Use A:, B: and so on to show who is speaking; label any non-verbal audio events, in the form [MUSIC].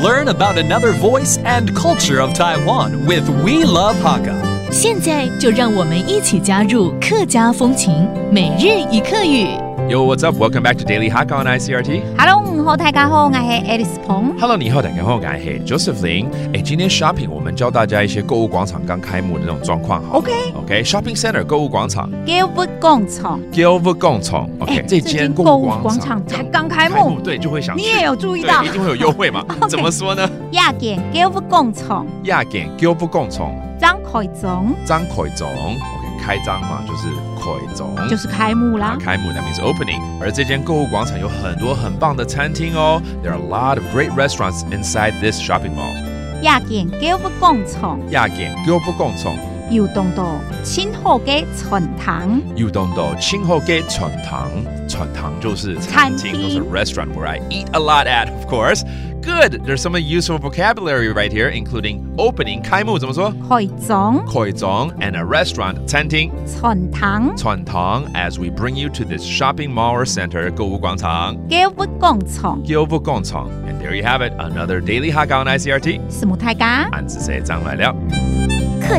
A: Learn about another voice and culture of Taiwan with We Love Hakka.
B: 现在就让我们一起加入客家风情每日一客语。
C: Yo, what's up? Welcome back to Daily Hakka on ICRT.
D: Hello，午好，大家好，我係 Alice 彭。
C: Hello，你好，大家好，我是 Joseph Lin。哎，今天 shopping 我们教大家一些购物广场刚开幕的那种状况哈。
D: OK，
C: OK，shopping、center 购物广场
D: 叫不广场。
C: Gilbert 广场
D: 哎
C: OK，这
D: 最
C: 间
D: 近
C: 购
D: 购
C: 物
D: 物
C: 广
D: 广
C: 场
D: 场才刚开
C: 开
D: 幕，
C: 对，就会想
D: 你
C: 去
D: 也有注意到
C: 对，一定会有优惠嘛
D: [LAUGHS] OK
C: 怎么说呢？
D: 亚健叫不广场，
C: 亚健 Gilbert 广场
D: 张凯总
C: 张凯总，OK，开张嘛，就是凯总，
D: 就是开幕
C: 啊
D: 啦。
C: 开幕，that means opening。而这间购物广场有很多很棒的餐厅哦。There are a lot of great restaurants inside this shopping mall。
D: 亚健叫不广场，
C: 亚健 Gilbert 广场
D: 有动到清河嘅纯堂，
C: You don't know 清后街传堂，传堂就是餐厅，
D: 餐厅
C: 就是 restaurant where I eat a lot at, of course. Good. There's some useful vocabulary right here, including opening 开幕怎么说？
D: 凯总
C: 开张 and a restaurant 餐厅
D: 纯堂
C: 传堂 as we bring you to this shopping mall or center 购物广场
D: 叫不广场，
C: Gilbo 广场 and there you have it another daily Hakka on ICRT
D: 是冇大家。
C: 俺是谁张来了。
B: 客